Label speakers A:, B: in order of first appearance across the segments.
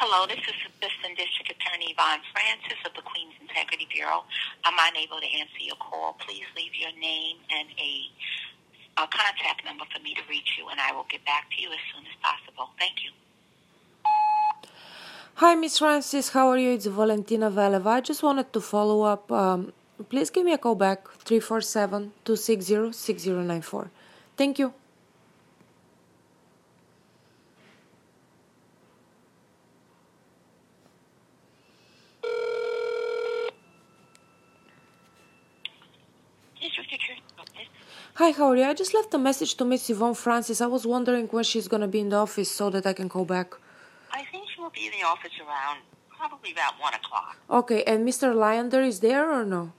A: Hello, this is Assistant District Attorney Yvonne Francis of the Queens Integrity Bureau. I'm unable to answer your call. Please leave your name and a, a contact number for me to reach you, and I will get back to you as soon as possible. Thank you.
B: Hi, Miss Francis. How are you? It's Valentina Veleva. I just wanted to follow up. Um, please give me a call back 347 260 6094. Thank you.
A: District Attorney Office.
B: Hi, how are you? I just left a message to Miss Yvonne Francis. I was wondering when she's going to be in the office so that I can call back.
A: I think she will be in the office around probably about 1 o'clock.
B: Okay, and Mr. Lyonder is there or no?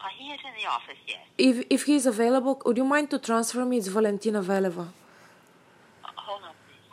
A: Uh, he is in the office, yes.
B: If, if he's available, would you mind to transfer me? It's Valentina Veleva.
A: Uh, hold on, please.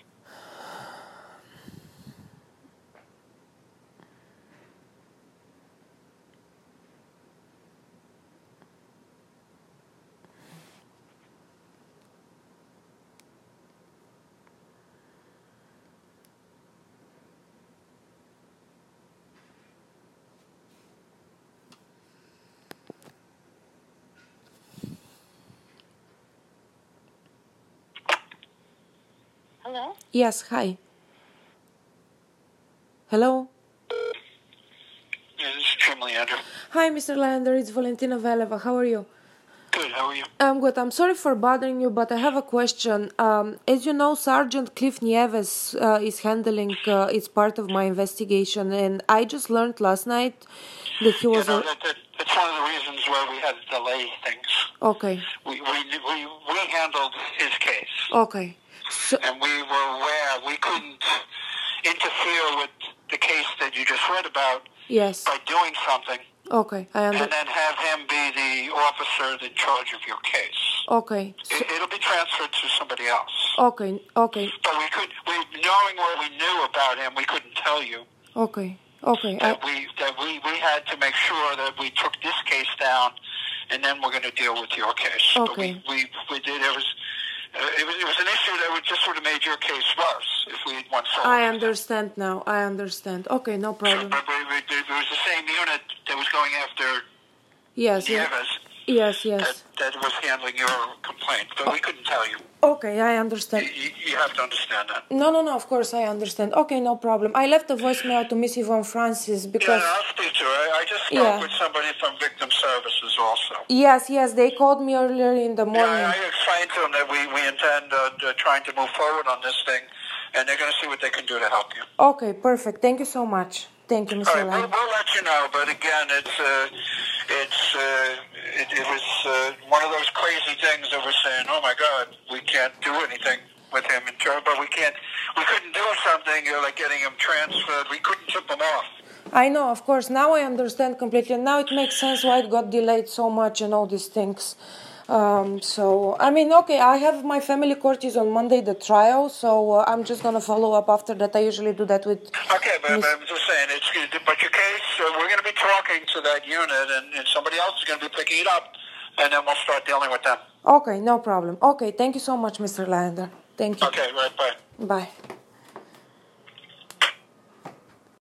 A: Hello?
B: Yes, hi. Hello?
C: Yeah, this is Jim Leander.
B: Hi, Mr. Lander. It's Valentina Veleva. How are you?
C: Good, how are you?
B: I'm good. I'm sorry for bothering you, but I have a question. Um, as you know, Sergeant Cliff Nieves uh, is handling. Uh, it's part of my investigation, and I just learned last night that he
C: You
B: was.
C: know, that, that, that's one of the reasons why we had to delay things.
B: okay.
C: We, we, we, we handled his case,
B: Okay. So,
C: and we were aware we couldn't interfere with the case that you just read about
B: yes.
C: by doing something
B: Okay. I
C: and
B: understand.
C: then have him be the officer in charge of your case.
B: Okay. So,
C: It, it'll be transferred to somebody else.
B: okay. Okay.
C: But we could, we, knowing what we knew about him, we couldn't tell you.
B: Okay. Okay. I,
C: that we that we, we had to make sure that we took this case down, and then we're going to deal with your case. But
B: Okay.
C: we, we, we did. It was, uh, it was it was an issue that would just sort of made your case worse if we had went forward.
B: I understand now. I understand. Okay. No
C: So,
B: problem.
C: but we, we, it was the same unit that was going after
B: Yes. Yes.
C: Nieves
B: Yes.
C: that,
B: Yes.
C: that was handling your complaint, but we couldn't tell you.
B: Okay. I understand.
C: You, you- you have to understand that.
B: No, no, no. Of course, I understand. Okay, no problem. I left a voicemail to Miss Yvonne Francis
C: Yeah,
B: because.
C: I'll speak to her. I, I just spoke
B: Yeah.
C: with somebody from Victim Services also.
B: Yes, yes, they called me earlier in the
C: Yeah,
B: morning.
C: I I explained to them that we, we intend uh, uh, trying to move forward on this thing, and they're going to see what they can do to help you.
B: Okay, perfect. Thank you so much. Thank you, Mr.
C: All right, we'll,
B: Lang.
C: we'll let you know. But again, it's uh, it's uh, it, it was uh, one of those crazy things that we're saying, oh my God, we can't do anything with him in turn, but we can't, we couldn't do something uh, like getting him transferred. We couldn't tip him off.
B: I know, of course. Now I understand completely. Now it makes sense why it got delayed so much and all these things. Um, so, I mean, okay, I have my family court is on Monday, the trial, so uh, I'm just gonna follow up after that. I usually do that with.
C: Okay, but, but I'm just saying, it's but your case, uh, we're going to be talking to that unit, and, and somebody else is going to be picking it up, and then we'll start dealing with them.
B: Okay, no problem. Okay, thank you so much, Mr. Lander. Thank you.
C: Okay, right, bye.
B: Bye.